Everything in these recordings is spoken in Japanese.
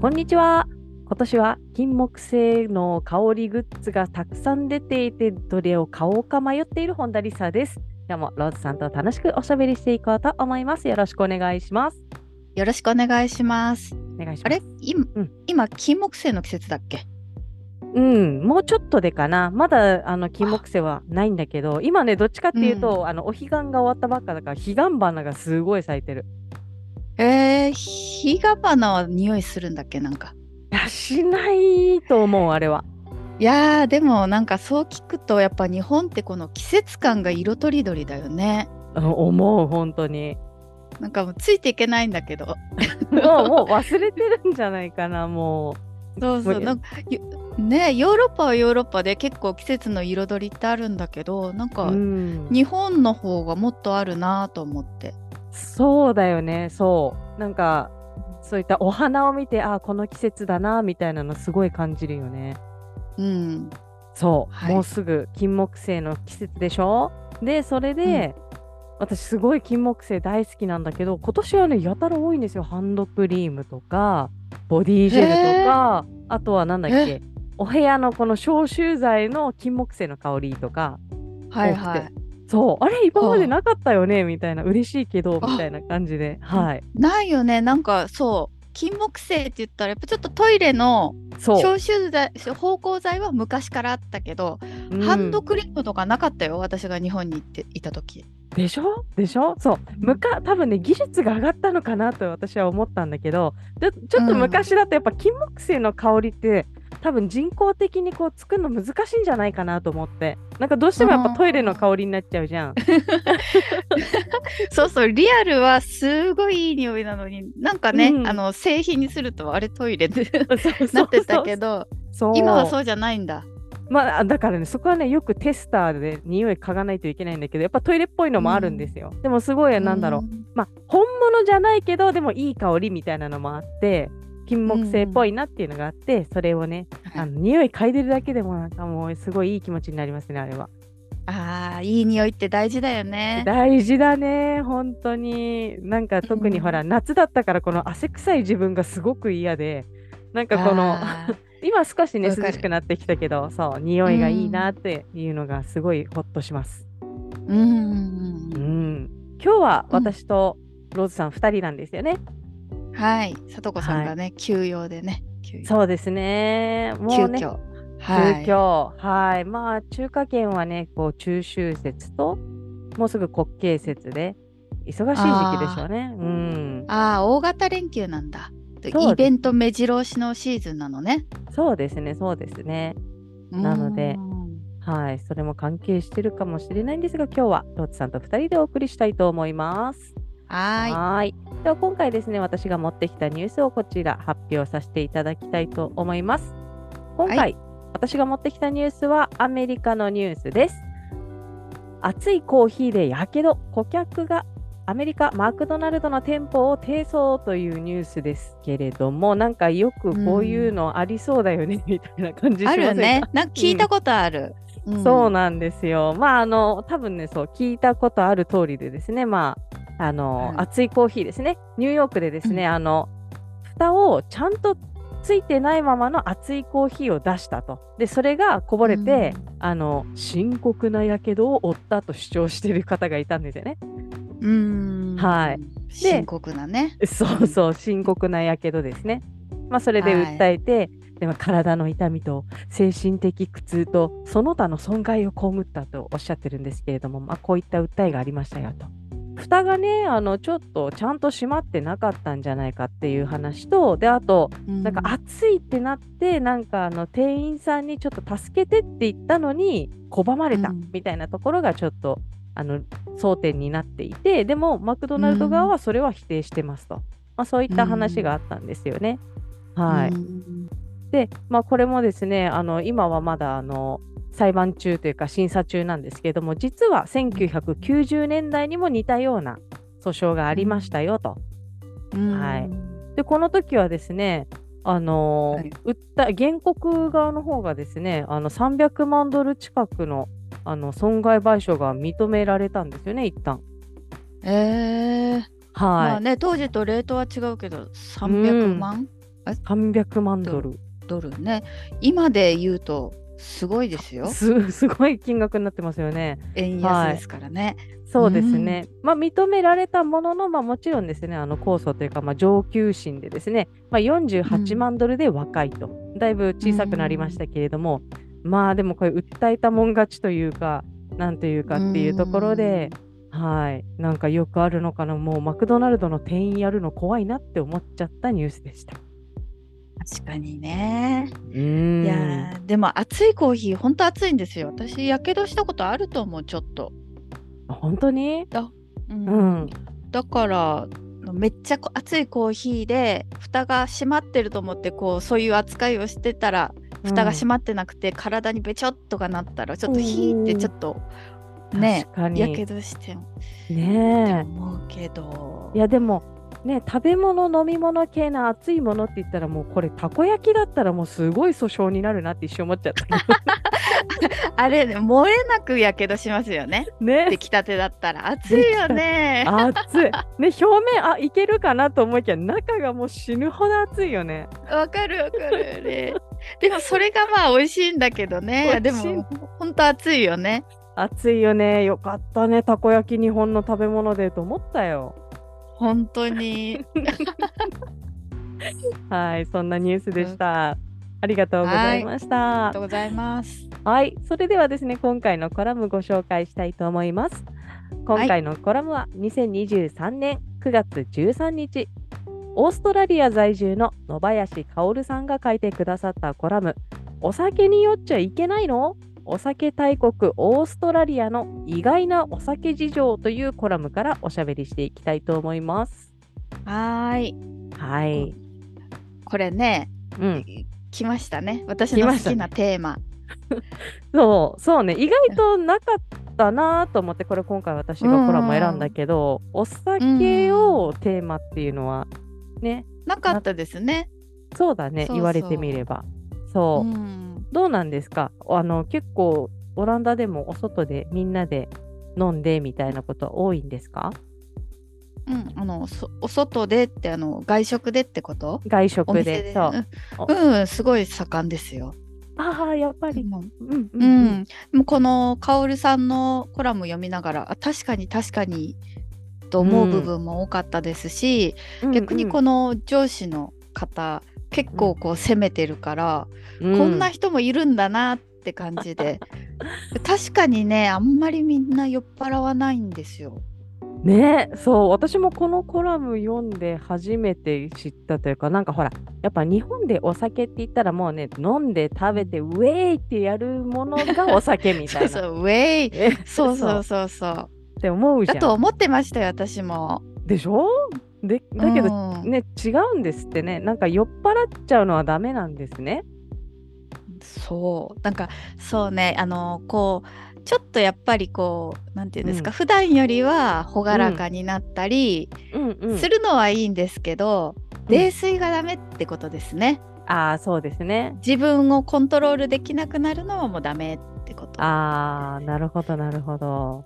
こんにちは。今年は金木犀の香りグッズがたくさん出ていて、どれを買おうか迷っている本田理沙です。今日もローズさんと楽しくおしゃべりしていこうと思います。よろしくお願いします。よろしくお願いします。お願いします。あれ今、うん今金木犀の季節だっけうん、もうちょっとでかな。まだあの金木犀はないんだけど、今ね、どっちかっていうと、あのお彼岸が終わったばっかだから、彼岸花がすごい咲いてる。えー、ヒガバナは匂いするんだっけなんか。いや、しないと思う、あれは。いやーでもなんかそう聞くとやっぱ日本ってこの季節感が色とりどりだよね。うん思う、本当に。なんかもうついていけないんだけど。もうもう忘れてるんじゃないかな、もう。そう無そう理なんかよねヨーロッパはヨーロッパで結構季節の彩りってあるんだけどなんかうん日本の方がもっとあるなと思って。そうだよね、そう。なんか、そういったお花を見て、あこの季節だな、みたいなのすごい感じるよね。うん、そう、はいもうすぐ金木犀の季節でしょで、それで、私すごい金木犀大好きなんだけど、今年はね、やたら多いんですよ。ハンドクリームとか、ボディジェルとか、あとはなんだっえけ、お部屋のこの消臭剤の金木犀の香りとか、はいはい。そう、あれ、今まはであなかったよね、みたいな、嬉しいけど、あみたいな感じで、はい。ないよねなんかそう金木犀って言ったらやっぱちょっとトイレのそう。消臭剤芳香剤は昔からあったけど、うんハンドクリームとかなかったよ私が日本に行っていた時。でしょでしょそうむか多分ね技術が上がったのかなと私は思ったんだけどちょちょっとうん昔だとやっぱ金木犀の香りって多分人工的にこう作るの難しいんじゃないかなと思ってなんかどうしてもやっぱあートイレの香りになっちゃうじゃん。そうそうリアルはすごいいい匂いなのになんかね、うんあの製品にするとあれトイレ で そうそうなってたけどどそう今はそうじゃないんだまあだからねそこはねよくテスターで匂い嗅がないといけないんだけどやっぱトイレっぽいのもあるんですよ。でもすごいなんだろうまあ、本物じゃないけどでもいい香りみたいなのもあって金木犀っぽいなっていうのがあって、それをねあの匂い嗅いでるだけでもなんかもうすごいいい気持ちになりますねあれはあーいい匂いって大事だよね大事だね本当になんか特にうんほら、夏だったからこの汗臭い自分がすごく嫌でなんかこのあー今少しねわかる涼しくなってきたけどそう匂いがいいなっていうのがすごいホッとしますうんううんうんん今日は私とローズさん2人なんですよね、うんはいさとこさんがね、休養でね休養そうですねも急うね遽はい急遽、はい、まあ中華圏はね、こう中秋節と、もうすぐ国慶節で、忙しい時期でしょうね。うん、ああ大型連休なんだそうですイベント目白押しのシーズンなのねそうですね、そうですね。なのでうんはい、それも関係してるかもしれないんですが、今日はロッツさんと2人でお送りしたいと思います。はーいはいでは今回ですね、私が持ってきたニュースをこちら発表させていただきたいと思います。今回、は私が持ってきたニュースはアメリカのニュースです。熱いコーヒーでやけど、顧客がアメリカマクドナルドの店舗を提訴というニュースですけれども、なんかよくこういうのありそうだよね、みたいな感じしまあせんかるねなんか聞いたことある、んそうなんですよ。まああの多分ねそう聞いたことある通りでですねまああの、はい熱いコーヒーですねニューヨークでですね、うあの蓋をちゃんとついてないままの熱いコーヒーを出したとでそれがこぼれて、あの深刻なやけどを負ったと主張している方がいたんですよね。うーんはい深刻なね。そうそう深刻なやけどですね。まあ、それで訴えて、でも体の痛みと精神的苦痛とその他の損害を被ったとおっしゃってるんですけれども、まあ、こういった訴えがありましたよと。蓋がねあのちょっとちゃんと閉まってなかったんじゃないかっていう話とであとななんか暑いってなってなんかあの店員さんにちょっと助けてって言ったのに拒まれたうんみたいなところがちょっと、あの争点になっていてでもマクドナルド側はそれは否定してますと。まあ、そういった話があったんですよね。はい、うんで、まあ、これもですねあの今はまだあの裁判中というか審査中なんですけれども実は1990年代にも似たような訴訟がありましたよと。はいでこの時はですねあのはい訴え原告側の方がですねあの300万ドル近くのあの損害賠償が認められたんですよね一旦ええまはあい、ね当時とレートは違うけど300万300万ドルドルね、今で言うとすごいですよす すごい金額になってますよね。円はい安ですからね、そうですね、まあ、認められたものの、まあ、もちろんですねあの控訴というか、まあ、上級審でですね、まあ、48万ドルで若いと、だいぶ小さくなりましたけれども、まあでもこれ訴えたもん勝ちというかなんというかっていうところで、はいなんかよくあるのかなもうマクドナルドの店員やるの怖いなって思っちゃったニュースでした。確かにね、うーんいやーでも熱いコーヒーほんと熱いんですよ私やけどしたことあると思うちょっと、本当にううん、だからめっちゃこ熱いコーヒーで蓋が閉まってると思ってこうそういう扱いをしてたら蓋が閉まってなくて、体にべちょっとがなったらちょっとヒーってちょっとね確かにやけどしてもってねえ思うけど、いやでもね食べ物飲み物系の熱いものって言ったらもうこれたこ焼きだったらもうすごい訴訟になるなって一瞬思っちゃったけ あれね漏れなくやけどしますよねどね出来たてだったら熱いよね熱いね表面あいけるかなと思いきや中がもう死ぬほど熱いよねわかるわかるねでもそれがまあ美味しいんだけどね 美で味しいもほんと熱いよね熱いよねよかったねたこ焼き日本の食べ物でと思ったよ本 当にはいそんなニュースでした、ありがとうございましたありがとうございますはい、それではですね、今回のコラムご紹介したいと思います。今回のコラムは2023年9月13日、オーストラリア在住の野林薫さんが書いてくださったコラム、お酒に酔っちゃいけないのお酒大国オーストラリアの意外なお酒事情というコラムからおしゃべりしていきたいと思います。はーいはい、これねうん、来ましたね私来のま好したきなテーマ、そう、そうね、意外となかったなと思って、これ今回私がコラム選んだけど、お酒をテーマっていうのは、ね、なかったですねそうだね、そうそう言われてみれば。そうう、んどうなんですかあの、結構、オランダでもお外でみんなで飲んでみたいなことは多いんですかうん、あのそお外でってあの外食でってこと外お食店で。でそう。うん、うん、すごい盛んですよ。ああ、やっぱり。もううん、うん、ううんん、もうこのカオルさんのコラム読みながらあ確かに確かにと思う部分も多かったですし、うん。逆にこの上司の方結構こう攻めてるから、こんな人、人もいるんだなって感 じで確かにねあんまりみんな酔っ払わないんですよ。ねそう私もこのコラム読んで初めて知ったというかなんかほらやっぱ日本でお酒って言ったらもうね飲んで食べてウェイってやるものがお酒みたい そなうそうウェイえそうそそううそうそうって思うじゃだんと思ってましたよ私も。でしょでだけど、うんね違うんですってねなんか酔っ払っちゃうのはダメなんですねそうなんかそうねあのこうちょっとやっぱりこうなんていうんですか、うん普段よりは朗らかになったりうんうんするのはいいんですけど、泥酔がダメってことですねああそうですね自分をコントロールできなくなるのはもうダメってことああなるほどなるほど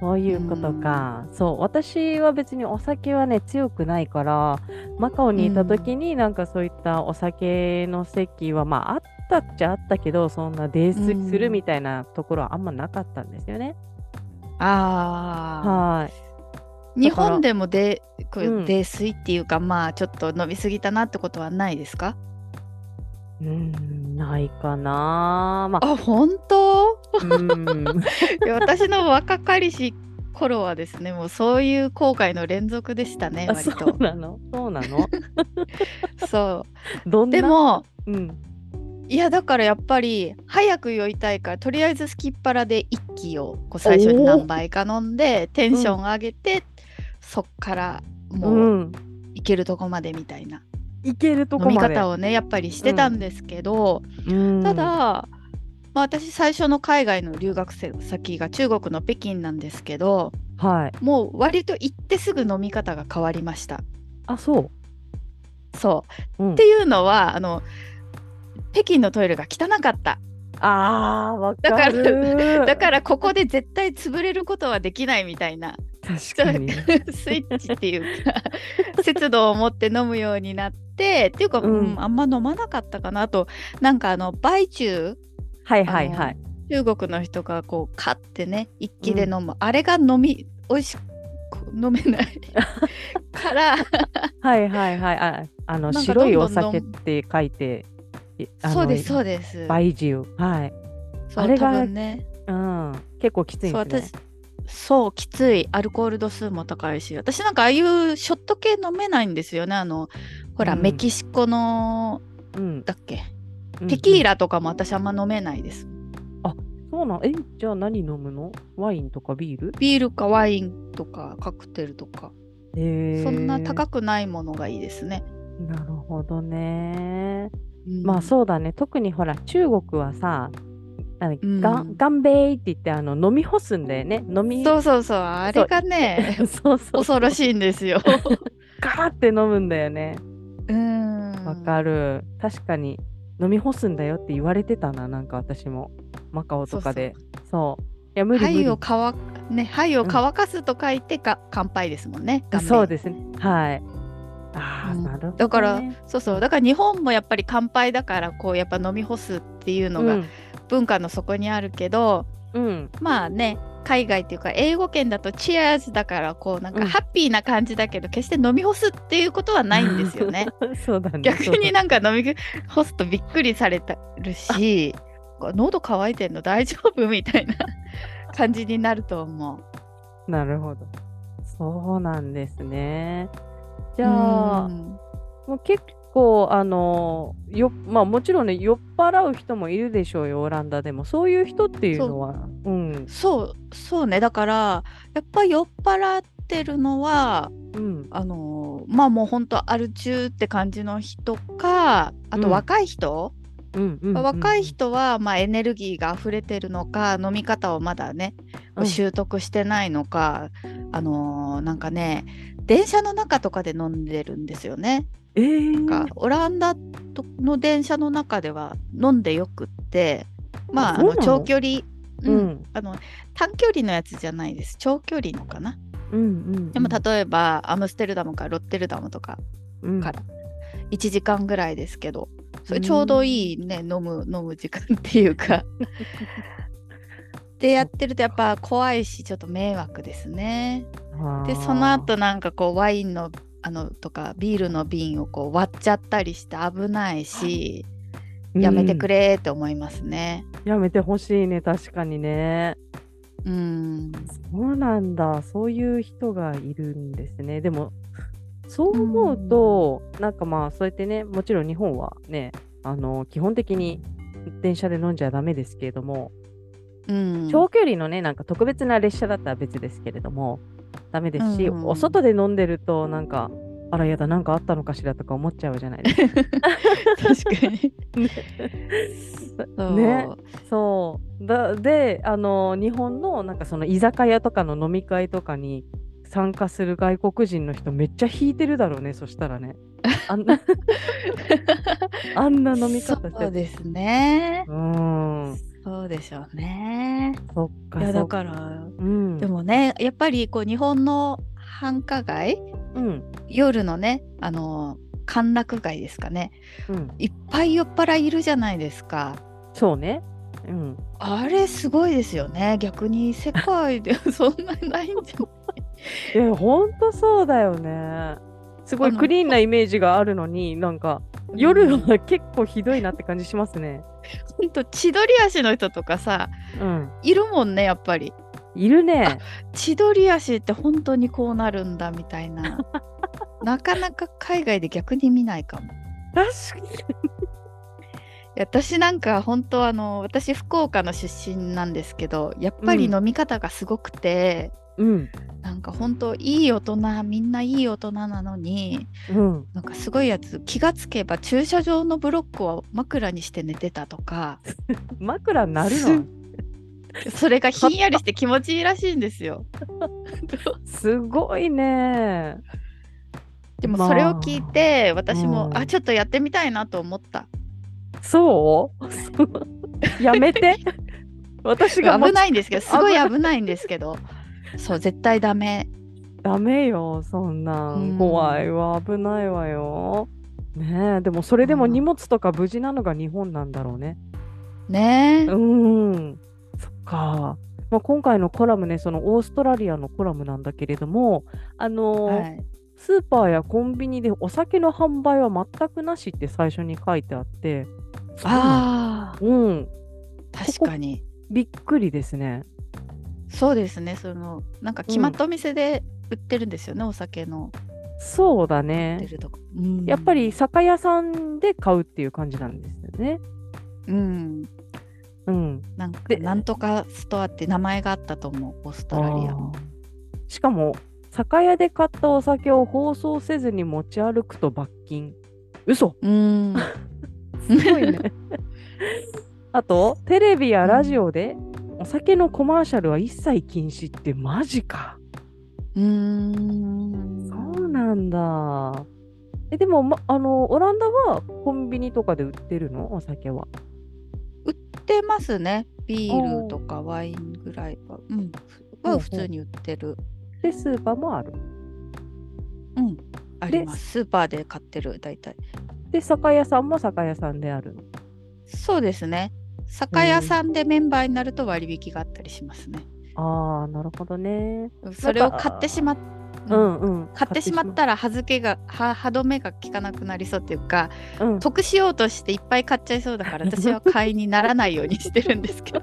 そういうことか、そう私は別にお酒はね強くないからマカオにいた時になんかそういったお酒の席はまああったっちゃあったけどそんな泥酔するみたいなところはあんまなかったんですよね、あはいー日本でもでこううん泥酔っていうか、まあちょっと飲みすぎたなってことはないですかうーんないかなまああ本当う ーんいや私の若かりし頃はですねもうそういう後悔の連続でしたねあ割そうとなのそうなのそどんなうでもうんいやだからやっぱり早く酔いたいからとりあえずすきっ腹で一気をこう最初に何杯か飲んでテンション上げて、そっからうもうん勢行けるとこまでみたいな行けると飲こみまで方をねやっぱりしてたんですけど、うんただ、まあ、私最初の海外の留学先が中国の北京なんですけどはいもう割と行ってすぐ飲み方が変わりました。あそうそううんっていうのはあの北京のトイレが汚かったあーわだかからるだからここで絶対潰れることはできないみたいな確かに スイッチっていうか節度を持って飲むようになってっていうか、うんうんあんま飲まなかったかなあとなんかあの売中はいはいはい中国の人がこう買ってね一気で飲む、あれが飲み美味しく飲めない からはいはいはいああのなんかど白んいどおん飲む酒って書いていあのそうですそうです梅汁はいそうあれが多分ねうん結構きついんそうですね私そうきついアルコール度数も高いし私なんかああいうショット系飲めないんですよねあのほら、うんメキシコのうんだっけうんテキーララとかも私あんま飲めないです、そうなんえじゃあ何飲むのワインとかビールビールかワインとかカクテルとかへーそんな高くないものがいいですね、なるほどねうんまあそうだね特にほら中国はさあのうんガンガンベイって言ってあの飲み干すんだよね飲みそうそうそうあれがね そうそう恐ろしいんです よガーって飲むんだよねうんわかる、確かに飲み干すんだよって言われてたななんか私もマカオとかでそういや無理無理肺を乾かね肺を乾かすと書いてか、乾杯ですもんねあ顔面そうですねはいああ、うんなるほど、ね、だからそうそうだから日本もやっぱり乾杯だからこうやっぱ飲み干すっていうのうがん文化の底にあるけど、うんまあね海外っていうか英語圏だと「チアーズ」だからこうなんうかんハッピーな感じだけど、決して飲み干すっていうことはないんですよね。 そうだね逆そうだにねなんか飲み干すとびっくりされたるし喉乾いてんの大丈夫みたいな 感じになると思う。なるほどそうなんですねじゃあうんもう結構あのよまあもちろんね酔っ払う人もいるでしょうよオランダでもそういう人っていうのはうんそうそうねだからやっぱ酔っ払ってるのはうんあのーまあもうほんとアル中って感じの人かあうとん若い人、うんうんうん若い人はまあエネルギーが溢れてるのか飲み方をまだねうん習得してないのか、あのーなんかね電車の中とかで飲んでるんですよね。えー、なんかオランダとの電車の中では飲んでよくってまああそうなのの長距離、ううんんあの短距離のやつじゃないです長距離のかな。うんうんでも例えばアムステルダムからロッテルダムとかうんから1時間ぐらいですけどそれちょうどいいね飲む飲む時間ってい うかでやってるとやっぱ怖いしちょっと迷惑ですねでその後なんかこうワインのあのとかビールの瓶をこう割っちゃったりして危ないしやめてくれ、れって思いますねうんやめてほしいね確かにねうんそうなんだそういう人がいるんですねでもそう思うと、なんかまあそうやってねもちろん日本はねあの基本的に電車で飲んじゃダメですけれども、うん長距離のねなんか特別な列車だったら別ですけれどもダメですし、うんお外で飲んでるとなんかあらやだなんかあったのかしらとか思っちゃうじゃないですか確かに そ うねそうだであの日本のなんかその居酒屋とかの飲み会とかに参加する外国人の人めっちゃ引いてるだろうねそしたらねあ んなあんな飲み方しそうてですねうーんそうでしょうねそっかいそやっだからうんでもねやっぱりこう日本の繁華街うん夜のねあの歓楽街ですかねうんいっぱい酔っ払いいるじゃないですかそうねうんあれすごいですよね逆に世界で そんなないんじゃないえ、ほんとそうだよね。すごあいのクリーンなイメージがあるのに、なんか夜は結構ひどいなって感じしますね。ほんと千鳥足の人とかさうん。いるもんねやっぱりいるね。千鳥足って本当にこうなるんだみた いななかなか海外で逆に見ないかも確かいや私なんか本当あの私福岡の出身なんですけどやっぱり飲み方がすごくて、うんなんか本当いい大人みんないい大人なのにうん、なんかすごいやつ気がつけば駐車場のブロックを枕にして寝てたとか枕になるすのそれがひんやりして気持ちいいらしいんですよ。すごいねでもそれを聞いて私うも、んあちょっとやってみたいなと思った。そう やめて私が危いないんですけどすごい危ないんですけどそう絶対ダメダメよそんなん、うん怖いわ危ないわよねえでもそれでもうん荷物とか無事なのが日本なんだろうねねうえん、そっか、まあ、今回のコラムねそのオーストラリアのコラムなんだけれどもあのーはいスーパーやコンビニでお酒の販売は全くなしって最初に書いてあってそうなのあうんー確かにびっくりですねそうですねそのなんか決まったお店で売ってるんですよね、お酒のそうだ売ってねるとこ、やっぱり酒屋さんで買うっていう感じなんですよねうんうんなんかでなんとかストアって名前があったと思うオーストラリアもあーしかも酒屋で買ったお酒を包装せずに持ち歩くと罰金嘘うん すごいねあとテレビやラジオでお酒のコマーシャルは一切禁止ってマジかうーんそうなんだえでも、ま、あのオランダはコンビニとかで売ってるのお酒は売ってますねビールとかワインぐらいはうんほうほはう普通に売ってるでスーパーもあるうんありますスーパーで買ってる大体で酒屋さんも酒屋さんであるそうですね酒屋さんでメンバーになると割引があったりしますね、ああなるほどねそれを買ってしまっううんんうん買ってしまったら歯付けが歯歯止めが効かなくなりそうっていうかた、うん、得しようとしていっぱい買っちゃいそう だから私は買いにならないようにしてるんですけど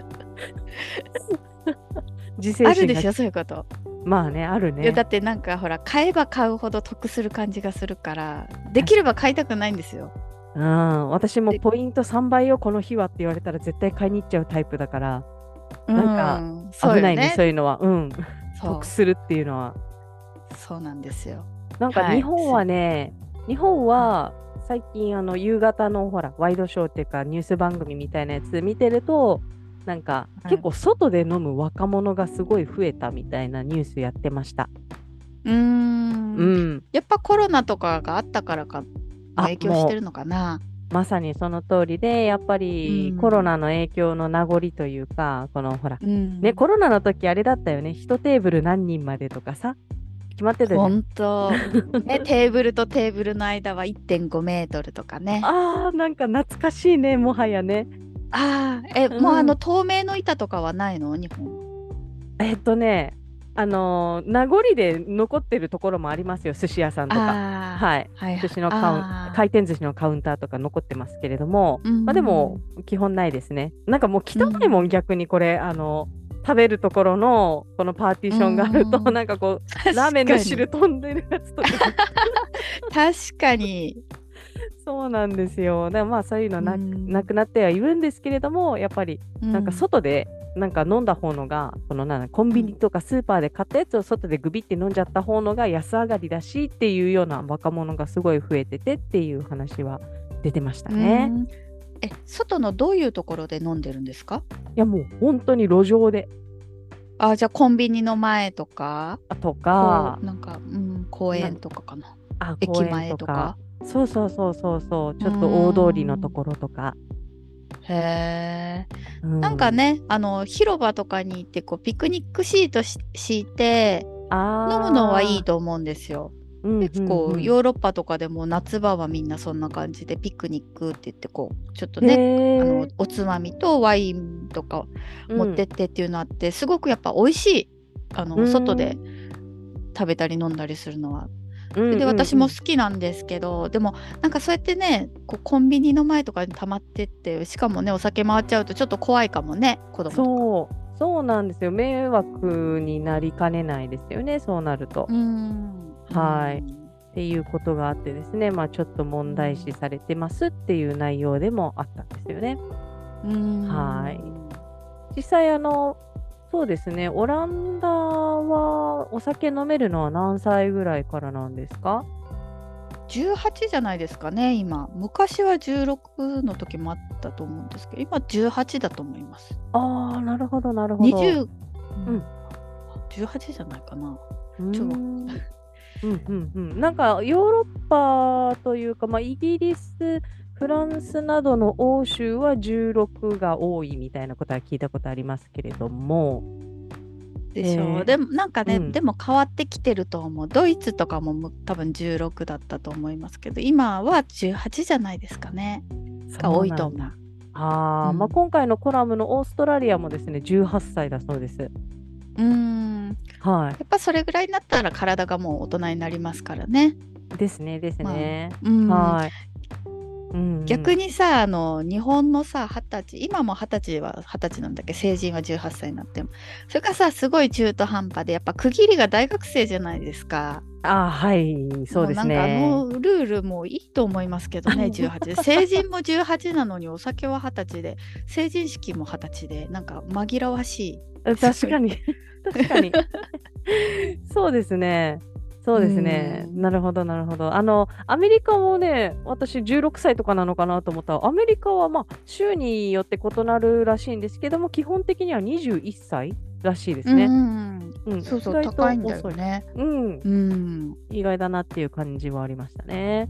自制ある心でがしょそういうこと、まあねあるいやねだってなんかほら買えば買うほど得する感じがするからできれば買いたくないんですようん、私もでポイント3倍をこの日はって言われたら絶対買いに行っちゃうタイプだから なんかそう危よないねねそういうのはうんそう得するっていうのはそうなんですよなんかはい日本はね、日本は最近あの夕方のほらワイドショーっていうかニュース番組みたいなやつ見てるとなんかはい結構外で飲む若者がすごい増えたみたいなニュースやってました。うーんうん、やっぱコロナとかがあったからかあ影響してるのかなまさにその通りでやっぱりうんコロナの影響の名残というかこのほらうんね、コロナの時あれだったよね、1テーブル何人までとかさ、決まってたよね。本当ねテーブルとテーブルの間は1.5メートルとかねああー、なんか懐かしいね、もはやね。あーえ、うんもうあの透明の板とかはないの日本えっとね、あのー名残で残ってるところもありますよ、寿司屋さんとか。ああはい、はいはい寿司のカウあンー回転寿司のカウンターとか残ってますけれども、うんまあ、でも、基本ないですね。なんかもう汚いもん、逆にこれ、あの食べるところのこのパーティションがあると、うんなんかこ確かうにラーメンの汁飛んでるやつとか確かにそうなんですよ。でもまあそういうのな,、うんなくなってはいるんですけれどもやっぱりなんかう外でなんか飲んだ方のが、このなんだコンビニとかスーパーで買ったやつを外でグビって飲んじゃった方のが安上がりだしっていうような若者がすごい増えててっていう話は出てましたね。うんえ外のどういうところで飲んでるんですかいやもう本当に路上であじゃあコンビニの前とかとかこうなんか、うん、公園とかかなあ駅公園前とかそうそうそうそうそうちょっと大通りのところとか。へえうなんかね、あの広場とかに行ってこうピクニックシートし敷いて飲飲むのはいいと思うんですよ。結構よヨーロッパとかでも夏場はみんなそんな感じでピクニックって言ってこうちょっとねあのおつまみとワインとか持ってってっていうのあって、すごくやっぱ美味しいあうのん外で食べたり飲んだりするのうんは。うんうんで私も好きなんですけどでもなんかそうやってねこうコンビニの前とかに溜まってってしかもねお酒回っちゃうとちょっと怖いかもね子供とかそうそうなんですよ迷惑になりかねないですよねそうなると、うーんはいうんっていうことがあってですねまあちょっと問題視されてますっていう内容でもあったんですよねうーんはい実際あのそうですねオランダはお酒飲めるのは何歳ぐらいからなんですか18じゃないですかね今昔は16の時もあったと思うんですけど今18だと思いますああなるほどなるほど。 20、うん18じゃないかなうんちょっとうんうんうん、なんかヨーロッパというか、まあ、イギリスフランスなどの欧州は16が多いみたいなことは聞いたことありますけれどもでしょう、えーでもなんかね、うんでも変わってきてると思うドイツとかもむ多分16だったと思いますけど今は18じゃないですかねが多いと思うあー、うんまあ、今回のコラムのオーストラリアもですね18歳だそうです。うーんはやっぱそれぐらいになったら体がもう大人になりますからね、い、ですねですね。うんはい、うんうん逆にさあの日本のさ二十歳今も二十歳は二十歳なんだっけ成人は18歳になってもそれがさすごい中途半端でやっぱ区切りが大学生じゃないですかあーはいそうですね。もうなんかあのルールもいいと思いますけど ね18で成人も18なのにお酒は二十歳で成人式も二十歳でなんか紛らわし確か に確かにそうですねそうですねうんなるほどなるほどあのアメリカもね私16歳とかなのかなと思ったらアメリカはまあ州によって異なるらしいんですけども基本的には21歳らしいでい、すね、うんうんそうそ意う外と高いんだよ遅いねうんうん意外だなっていう感じはありましたね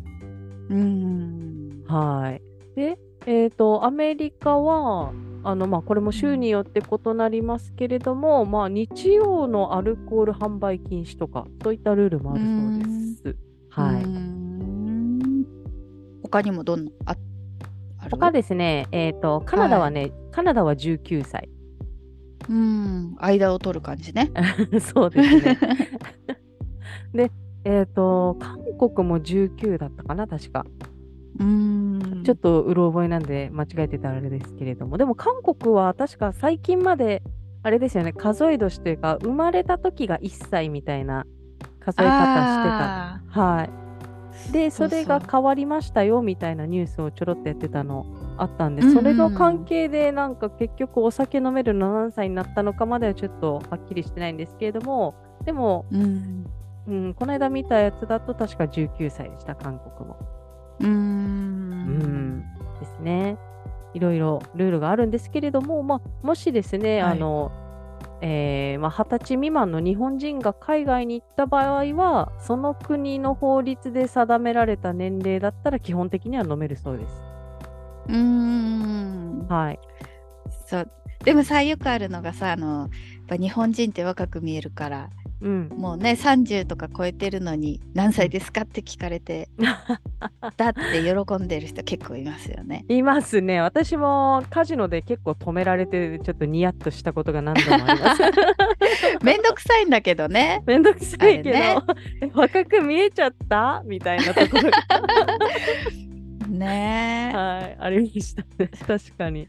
うんはいでえー、とアメリカはあの、まあ、これも州によって異なりますけれども、まあ、日曜のアルコール販売禁止とかそういったルールもあるそうです。はうい、ん他にもどんなあある他ですね、えー、とカナダはね、カナダは19歳うん、間を取る感じね。 そうです ね。えー、と韓国も19だったかな確か、うんちょっとうろ覚えなんで間違えてたらあれですけれどもでも韓国は確か最近まであれですよね数え年というか生まれた時が1歳みたいな数え方してたあはい。で、そそうそうれが変わりましたよみたいなニュースをちょろっとやってたのあったんで、うんうんそれの関係で、なんか結局お酒飲めるの何歳になったのかまではちょっとはっきりしてないんですけれども、でも、ー。うん。うん、この間見たやつだと確か19歳でした、韓国も。う。うんん、ですね。いろいろルールがあるんですけれども、まあ、もしですね、はいあの、えーまあ、20歳未満の日本人が海外に行った場合は、その国の法律で定められた年齢だったら基本的には飲めるそうです。うん。はい。そう。でもさ、よくあるのがさ、あの、やっぱ日本人って若く見えるから、うん。もうね、30とか超えてるのに、何歳ですかって聞か れて、だって喜んでる人結構いますよね。いますね。私もカジノで結構止められて、ちょっとニヤッとしたことが何度もあり ます。めんどくさいんだけどね。めんどくさいけど、あれ若く見えちゃったみたいなところがねえ。 はい、ありましたね。確かに。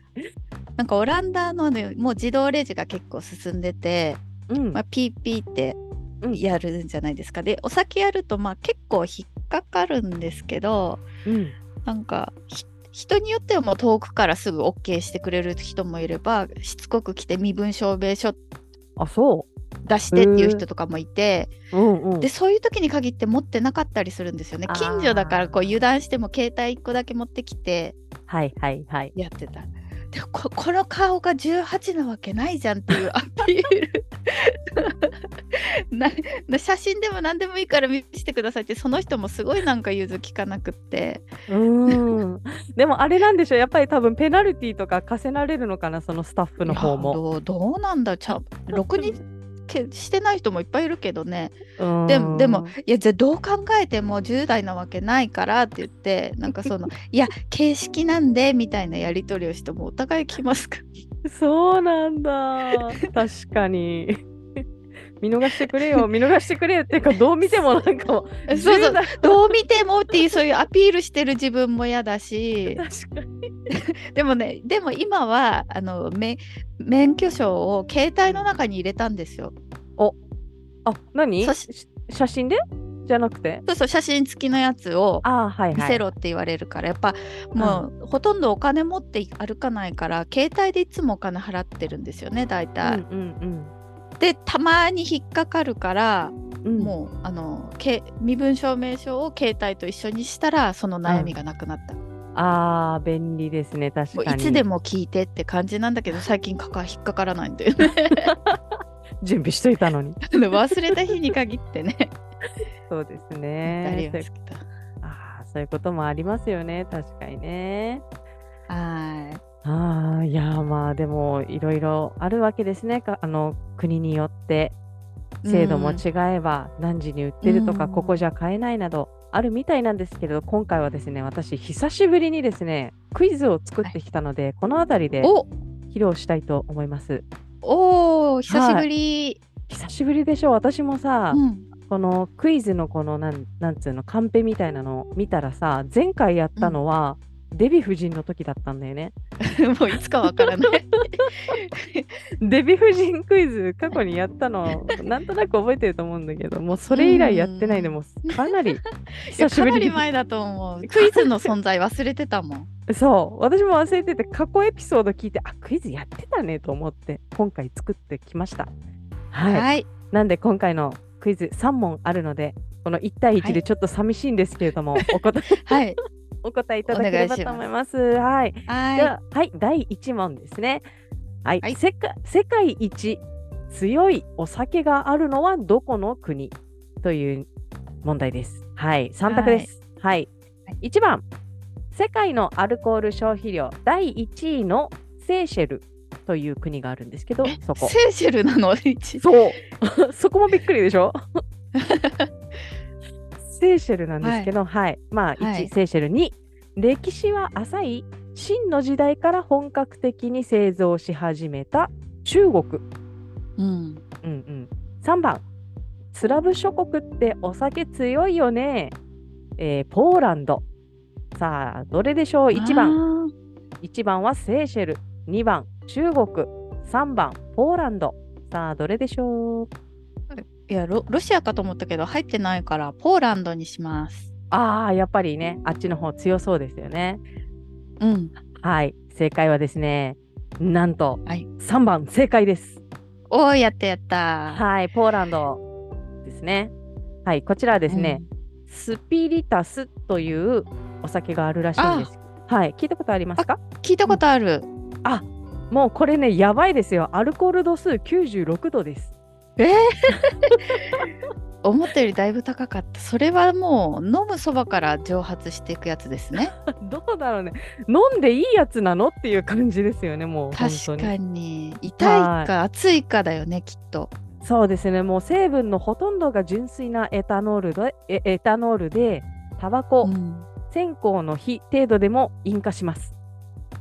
なんかオランダのね、もう自動レジが結構進んでて、うんまあ、ピーピーってうんやるんじゃないですか。でお酒やるとまあ結構引っかかるんですけどうん、なんかひ人によってはもう遠くからすぐ OK してくれる人もいればしつこく来て身分証明書あ、そ出してっていう人とかもいて、う。うんうんで。そういう時に限って持ってなかったりするんですよねあー近所だからこう油断しても携帯1個だけ持ってきてはいはいはい。やってた。でここの顔が18なわけないじゃんっていう アピールなな写真でも何でもいいから見せてくださいってその人もすごいなんか融通聞かなくってうーん。 でもあれなんでしょう。やっぱり多分ペナルティーとか課せられるのかな、そのスタッフの方も。いやどうどうなんだちゃんろくにけしてない人もいっぱいいるけどねうーんでもでも、いやじゃあどう考えても10代なわけないからって言ってなんかそ のいや形式なんでみたいなやり取りをしてもお互い気まずくそうなんだ。確かに。 見逃してくれよ、見逃してくれよっていうか、どう見てもなんかもう、そうそう10代どう見てもっていうそういうアピールしてる自分も嫌だし確かに。でもねでも今はあのめ免許証を携帯の中に入れたんですよ。あ、何そしし写真でじゃなくてそうそう写真付きのやつをあー、はい見はい。せろって言われるから、やっぱもう、ほとんどお金持って歩かないから携帯でいつもお金払ってるんですよね大うん体。うんでたまに引っかかるから、うんもうあのけ身分証明書を携帯と一緒にしたらその悩みがなくなった、ああ便利ですね確もうかいにつでも聞いてって感じなん だけど最近かか引っかからないんだよね準備しといたのに忘れた日に限ってねそうですあ りねますけどそうあーそういうこともありますよね確かにねはいああいやーまあでもいろいろあるわけですねかあの国によって制度も違えば何時に売ってるとか、うんここじゃ買えないなどあるみたいなんですけれど今回はですね私久しぶりにですねクイズを作ってきたので、この辺りでお披露したいと思いますおー久しぶり、久しぶりでしょ私もさ、うんこのクイズのこのなんなんつうのカンペみたいなのを見たらさ前回やったのは、デヴィ夫人の時だったんだよね。 もういつかわからないデヴィ夫人クイズ過去にやった のなんとなく覚えてると思うんだけどもうそれ以来やってないでもうかなり いや久しかぶなりりに前だと思うクイズの存在忘れてたもんそう私も忘れてて過去エピソード聞いてあクイズやってたねと思って今回作ってきました。はい、はいなんで今回のクイズ3問あるのでこの1対は1いでちょっと寂しいんですけれ ども、お答えはいお答えいただければと思います。はいでは、ははい、第1問ですね。はい、はい世界世界一強いお酒があるのはどこの国という問題です。はい、3択です。はい、はい1番、世界のアルコール消費量第1位のセーシェルという国があるんですけど、そいこ。セーシェルなの一そう、 そこもびっくりでしょセーシェルなんですけど、はい、まあ1、はいセーシェル2、歴史は浅い秦の時代から本格的に製造し始めた中国。うんうんうん、3番、スラブ諸国ってお酒強いよね。えーポーランド。さあ、どれでしょう ?1 番。番1番はセーシェル、2番、中国、3番、ポーランド。さあ、どれでしょういやロロシアかと思ったけど入ってないからポーランドにしますああ、やっぱりね、あっちの方強そうですよね。うんはい、正解はですね、なんと、はい3番、正解です。おーやったやったはい、ポーランドですね。はい、こちらはですね、スピリタスというお酒があるらしいんです。はい、聞いたことありますかうん聞いたことある、もうこれね、やばいですよ。アルコール度数96度です。 思ったよりだいぶ高かったそれはもう飲むそばから蒸発していくやつですねどうだろうね。飲んでいいやつなのっていう感じですよね、もう。本当確にかに痛いか熱いかだよねきっとそうですね、もう成分のほとんどが純粋なエタノールで、えエタノールで、タバコ、うん線香の火程度でも引火します。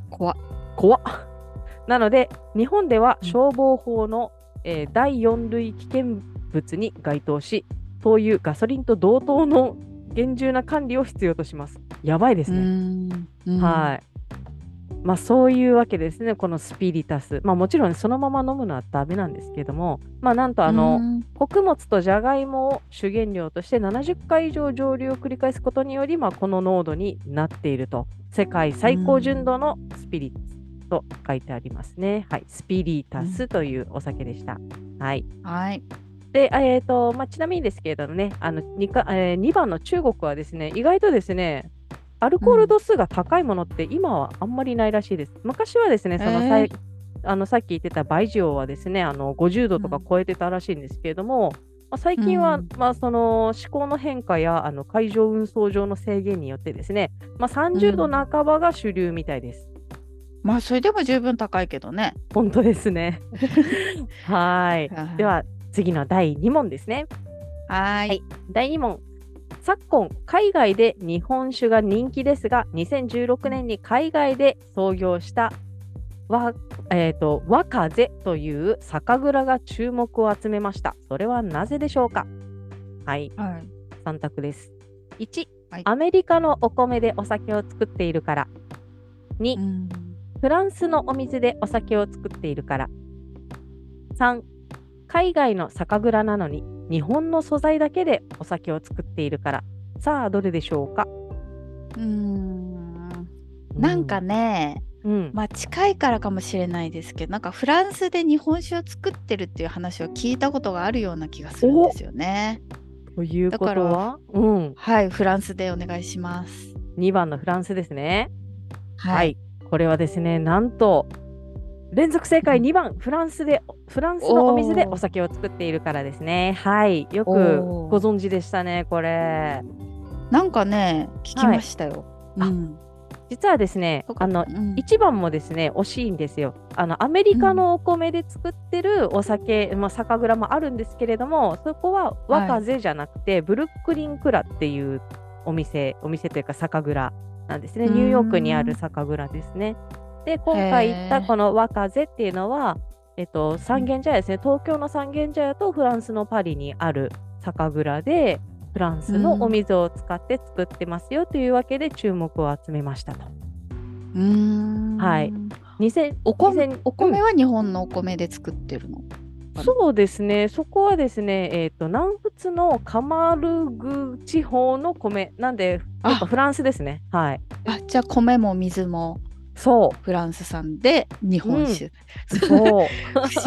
怖っ怖っ なので、日本ではうん消防法の、えー第4類危険物に該当し、灯油、ガソリンと同等の厳重な管理を必要とします。やばいですうね。んうんはい。まあそういうわけですね、このスピリタス。まあもちろんそのまま飲むのはダメなんですけども、まあなんとあの、うん穀物とじゃがいもを主原料として70回以上蒸留を繰り返すことにより、まあ、この濃度になっていると世界最高純度のスピリッツと書いてありますね、はい、スピリタスというお酒でした、はいはいでえーとまあ、ちなみにですけれどもねあの 2, か、え2番の中国はですね意外とですねアルコール度数が高いものって今はあんまりないらしいです。昔はですねそのさいえあのさっき言ってたバイジオはですねあの50度とかうん超えてたらしいんですけれども、まあ、最近は、うんまあ、その思考の変化やあの海上運送上の制限によってですね、まあ、30度うん半ばが主流みたいです。まあそれでも十分高いけどね本当です ね。はいはいでは次の第2問ですね。はいい第2問昨今海外で日本酒が人気ですが2016年に海外で創業したわ、えー、と若瀬という酒蔵が注目を集めましたそれはなぜでしょうかはいはい3択です1、はいアメリカのお米でお酒を作っているから2、うんフランスのお水でお酒を作っているから。3. 海外の酒蔵なのに日本の素材だけでお酒を作っているから。さあ、どれでしょうかうーんなんかね、うんまあ近いからかもしれないですけどなんかフランスで日本酒を作ってるっていう話を聞いたことがあるような気がするんですよね。というこだとかは、うん、はいフランスでお願いします。 2番のフランスですね。は、はいこれはですね、なんと連続正解うん2番、フランスでフランスのお水でおーお酒を作っているからですね。はい、よくおーご存知でしたね、これ。なんかね聞きましたよ。うん、実はですね、あのうん1番もですね惜しいんですよあのアメリカのお米で作ってるお酒、まあ、酒蔵もあるんですけれどもそこは若瀬じゃなくて、ブルックリンクラっていうお店お店というか酒蔵なんですねうーんニューヨークにある酒蔵ですねで今回行ったこの若瀬っていうのは、えっと、三軒茶屋ですね東京の三軒茶屋とフランスのパリにある酒蔵でフランスのお水を使って作ってますよというわけで注目を集めましたと。うーんはい2000お米2000お米は日本のお米で作ってるの。かなそうですね、そこはですね、えー、と南仏のカマルグ地方の米、なんで、やっぱあフランスですね。はい、あじゃあ米も水もそフランス産で日本酒、う、そ 不思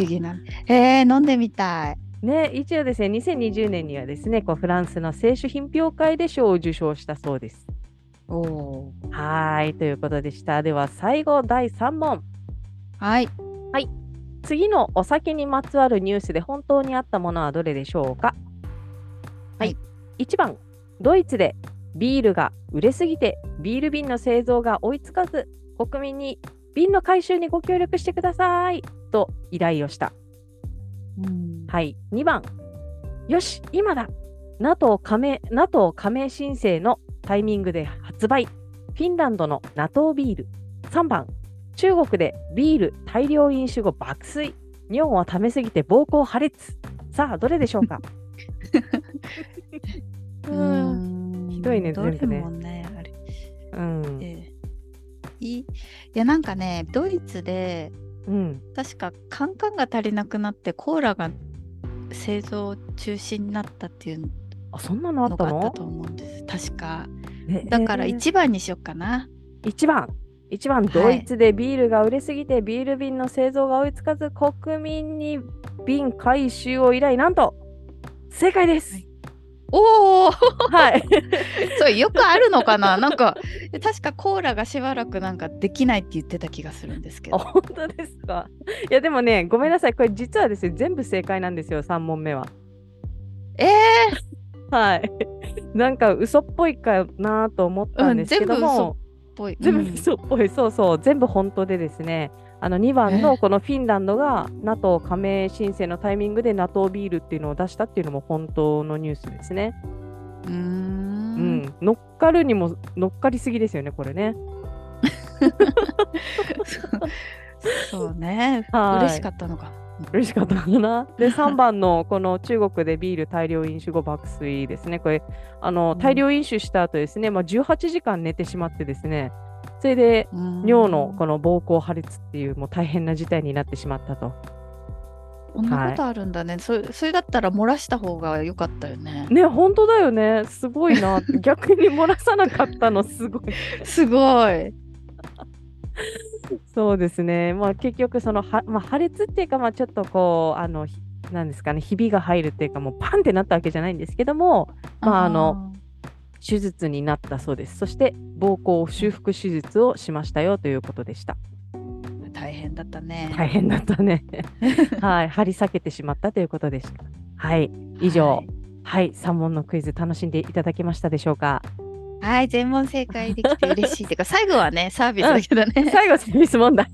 議な。えー、飲んでみたい。う。ね、一応ですね、2020年にはですね、こうフランスの清酒品評会で賞を受賞したそうです。おお。はい、ということでした。では、最後、第3問。はい。次のお酒にまつわるニュースで本当にあったものはどれでしょうかははいい、1番ドイツでビールが売れすぎてビール瓶の製造が追いつかず国民に瓶の回収にご協力してくださいと依頼をしたうんはい2番よし今だ NATO 加盟 NATO 加盟申請のタイミングで発売フィンランドの NATO ビール3番中国でビール大量飲酒後爆睡尿をためすぎて膀胱破裂さあどれでしょ うかううんんひどいねどれ全部ねもねあれうんいいいやなんかねドイツでうん確かカンカンが足りなくなってコーラが製造中止になったっていうあそんなのあのったがあのったと思うんです確かねだからえー1番にしよっかな、 1番1番ドイツでビールが売れすぎて、ビール瓶の製造が追いつかず国民に瓶回収を依頼なんと正解ですはいおお はい、それよくあるの かななんか確かコーラがしばらくなんかできないって言ってた気がするんですけあど本当ですかいやでもねごめんなさいこれ実はですね全部正解なんですよ3問目はえはいなんか嘘っぽいかなと思ったんですけども、ー、ぽい全うん部嘘っぽい、そうそう全部本当でですねあの2番のこのフィンランドが NATO 加盟申請のタイミングで NATO ビールっていうのを出したっていうのも本当のニュースですね。うーんうん、乗っかるにも乗っかりすぎですよね、これね。 そうねはい嬉しかったのか嬉しかったか な。で、3番のこの中国でビール大量飲酒後爆睡ですね、これ、あのうん大量飲酒した後ですね、まあ、18時間寝てしまってですね、それで尿尿のこの膀胱破裂っていう、もう大変な事態になってしまったと。こんなことあるんだね、そそれだったら漏らした方が良かった よねね、本当だよね、すごい な、逆に漏らさなかったの、すごい。すごいそうですね、まあ、結局そのは、まあ、破裂っていうか、まあ、ちょっとこうあのひなんですかねひびが入るっていうかもうパンってなったわけじゃないんですけども、まああの手術になったそうですそして膀胱修復手術をしましたよということでしたあー大変だったね、大変だった ねはい張り裂けてしまったということでしたはい以上はいはい3問のクイズ楽しんでいただけましたでしょうかはい全問正解できて嬉しい てか最後はねサービスだけど ね、最後ミス問題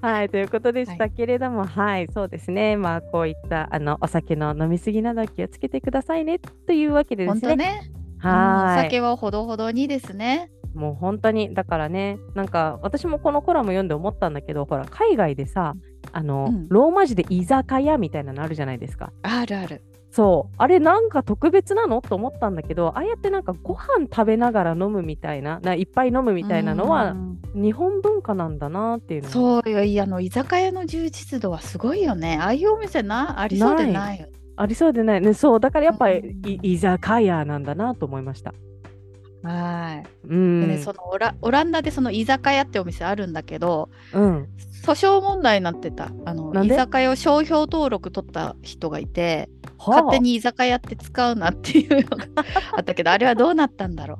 はい、ということでしたけれども、はい、そうですね。まあ、こういった、あの、お酒の飲み過ぎなど気をつけてくださいね、というわけでで本す当ね。ねはうんい、酒はほどほどにですねもう本当に、だからね、なんか、私もこのコラム読んで思ったんだけど、ほら、海外でさ、あの、うんローマ字で居酒屋みたいなのあるじゃないですか。あるあるそう、あれなんか特別なのと思ったんだけど、ああやってなんかご飯食べながら飲むみたいな、ないっぱい飲むみたいなのうは、ん日本文化なんだなっていうのをそうよいやあの居酒屋の充実度はすごいよねああいうお店なありそうでないよねありそうでないねそうだからやっぱり、うんい居酒屋なんだなと思いましたはい。うでん。ね、そのオラオランダでその居酒屋ってお店あるんだけどうん。訴訟問題になってたあのなん居で酒屋を商標登録取った人がいてはあ勝手に居酒屋って使うなっていう のがあったけどあれはどうなったんだろ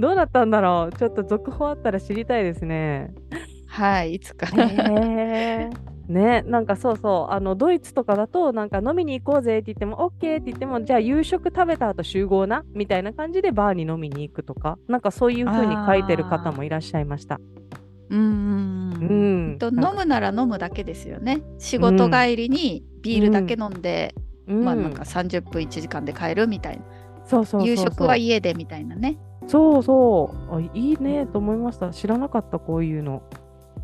どうなったんだろうちょっと続報あったら知りたいですね。うはいいつか、へえ。 ね、なんかそうそうあのドイツとかだとなんか飲みに行こうぜって言っても OK って言ってもじゃあ夕食食べた後集合なみたいな感じでバーに飲みに行くとかなんかそういう風に書いてる方もいらっしゃいました。 うんうんうんうん、とな飲んかむなら飲むだけですよね仕事帰りにビールだけ飲んで、うんまあなんか30分1時間で帰るみたいなそうそうそうそう夕食は家でみたいなねそうそうあいいねと思いました知らなかったこういうの。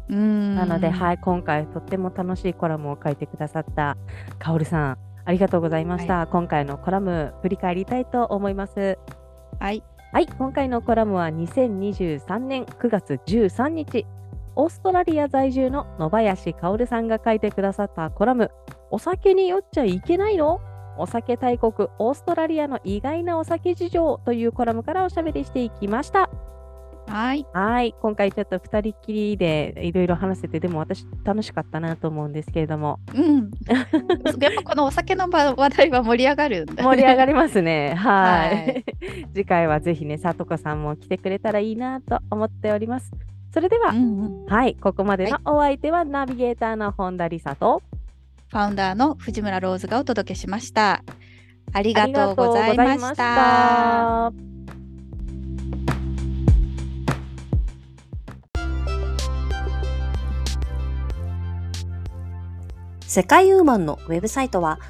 うんなので、いはい、今回とっても楽しいコラムを書いてくださったカオルさん、ありがとうございました。今回のコラム振り返りたいと思います。はいはい、今回のコラムは2023年9月13日、オーストラリア在住の野林カオルさんが書いてくださったコラム、お酒に酔っちゃいけないのお酒大国オーストラリアの意外なお酒事情というコラムからおしゃべりしていきました。はいはい、今回ちょっと2人っきりでいろいろ話せて、でも私、楽しかったなと思うんですけれど も、うんやっぱこのお酒の場話題は盛り上がるんだね盛り上がります ね。はいはい 次回はぜひね、さとこさんも来てくれたらいいなと思っております。それでは、うんうんはい、ここまでのはお相手はナビゲーターの本田理沙と、ファウンダーの藤村ローズがお届けしましたありがとうございまありがとうございまししたた。世界ウーマンのウェブサイトは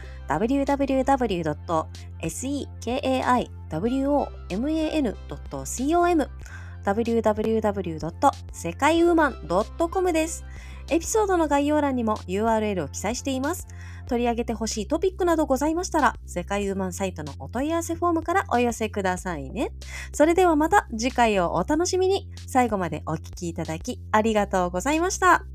www.sekaiwoman.com www.sekaiwoman.com です。エピソードの概要欄にも URL を記載しています。取り上げてほしいトピックなどございましたら、世界ウーマンサイトのお問い合わせフォームからお寄せくださいね。それではまた次回をお楽しみに。最後までお聞きいただきありがとうございました。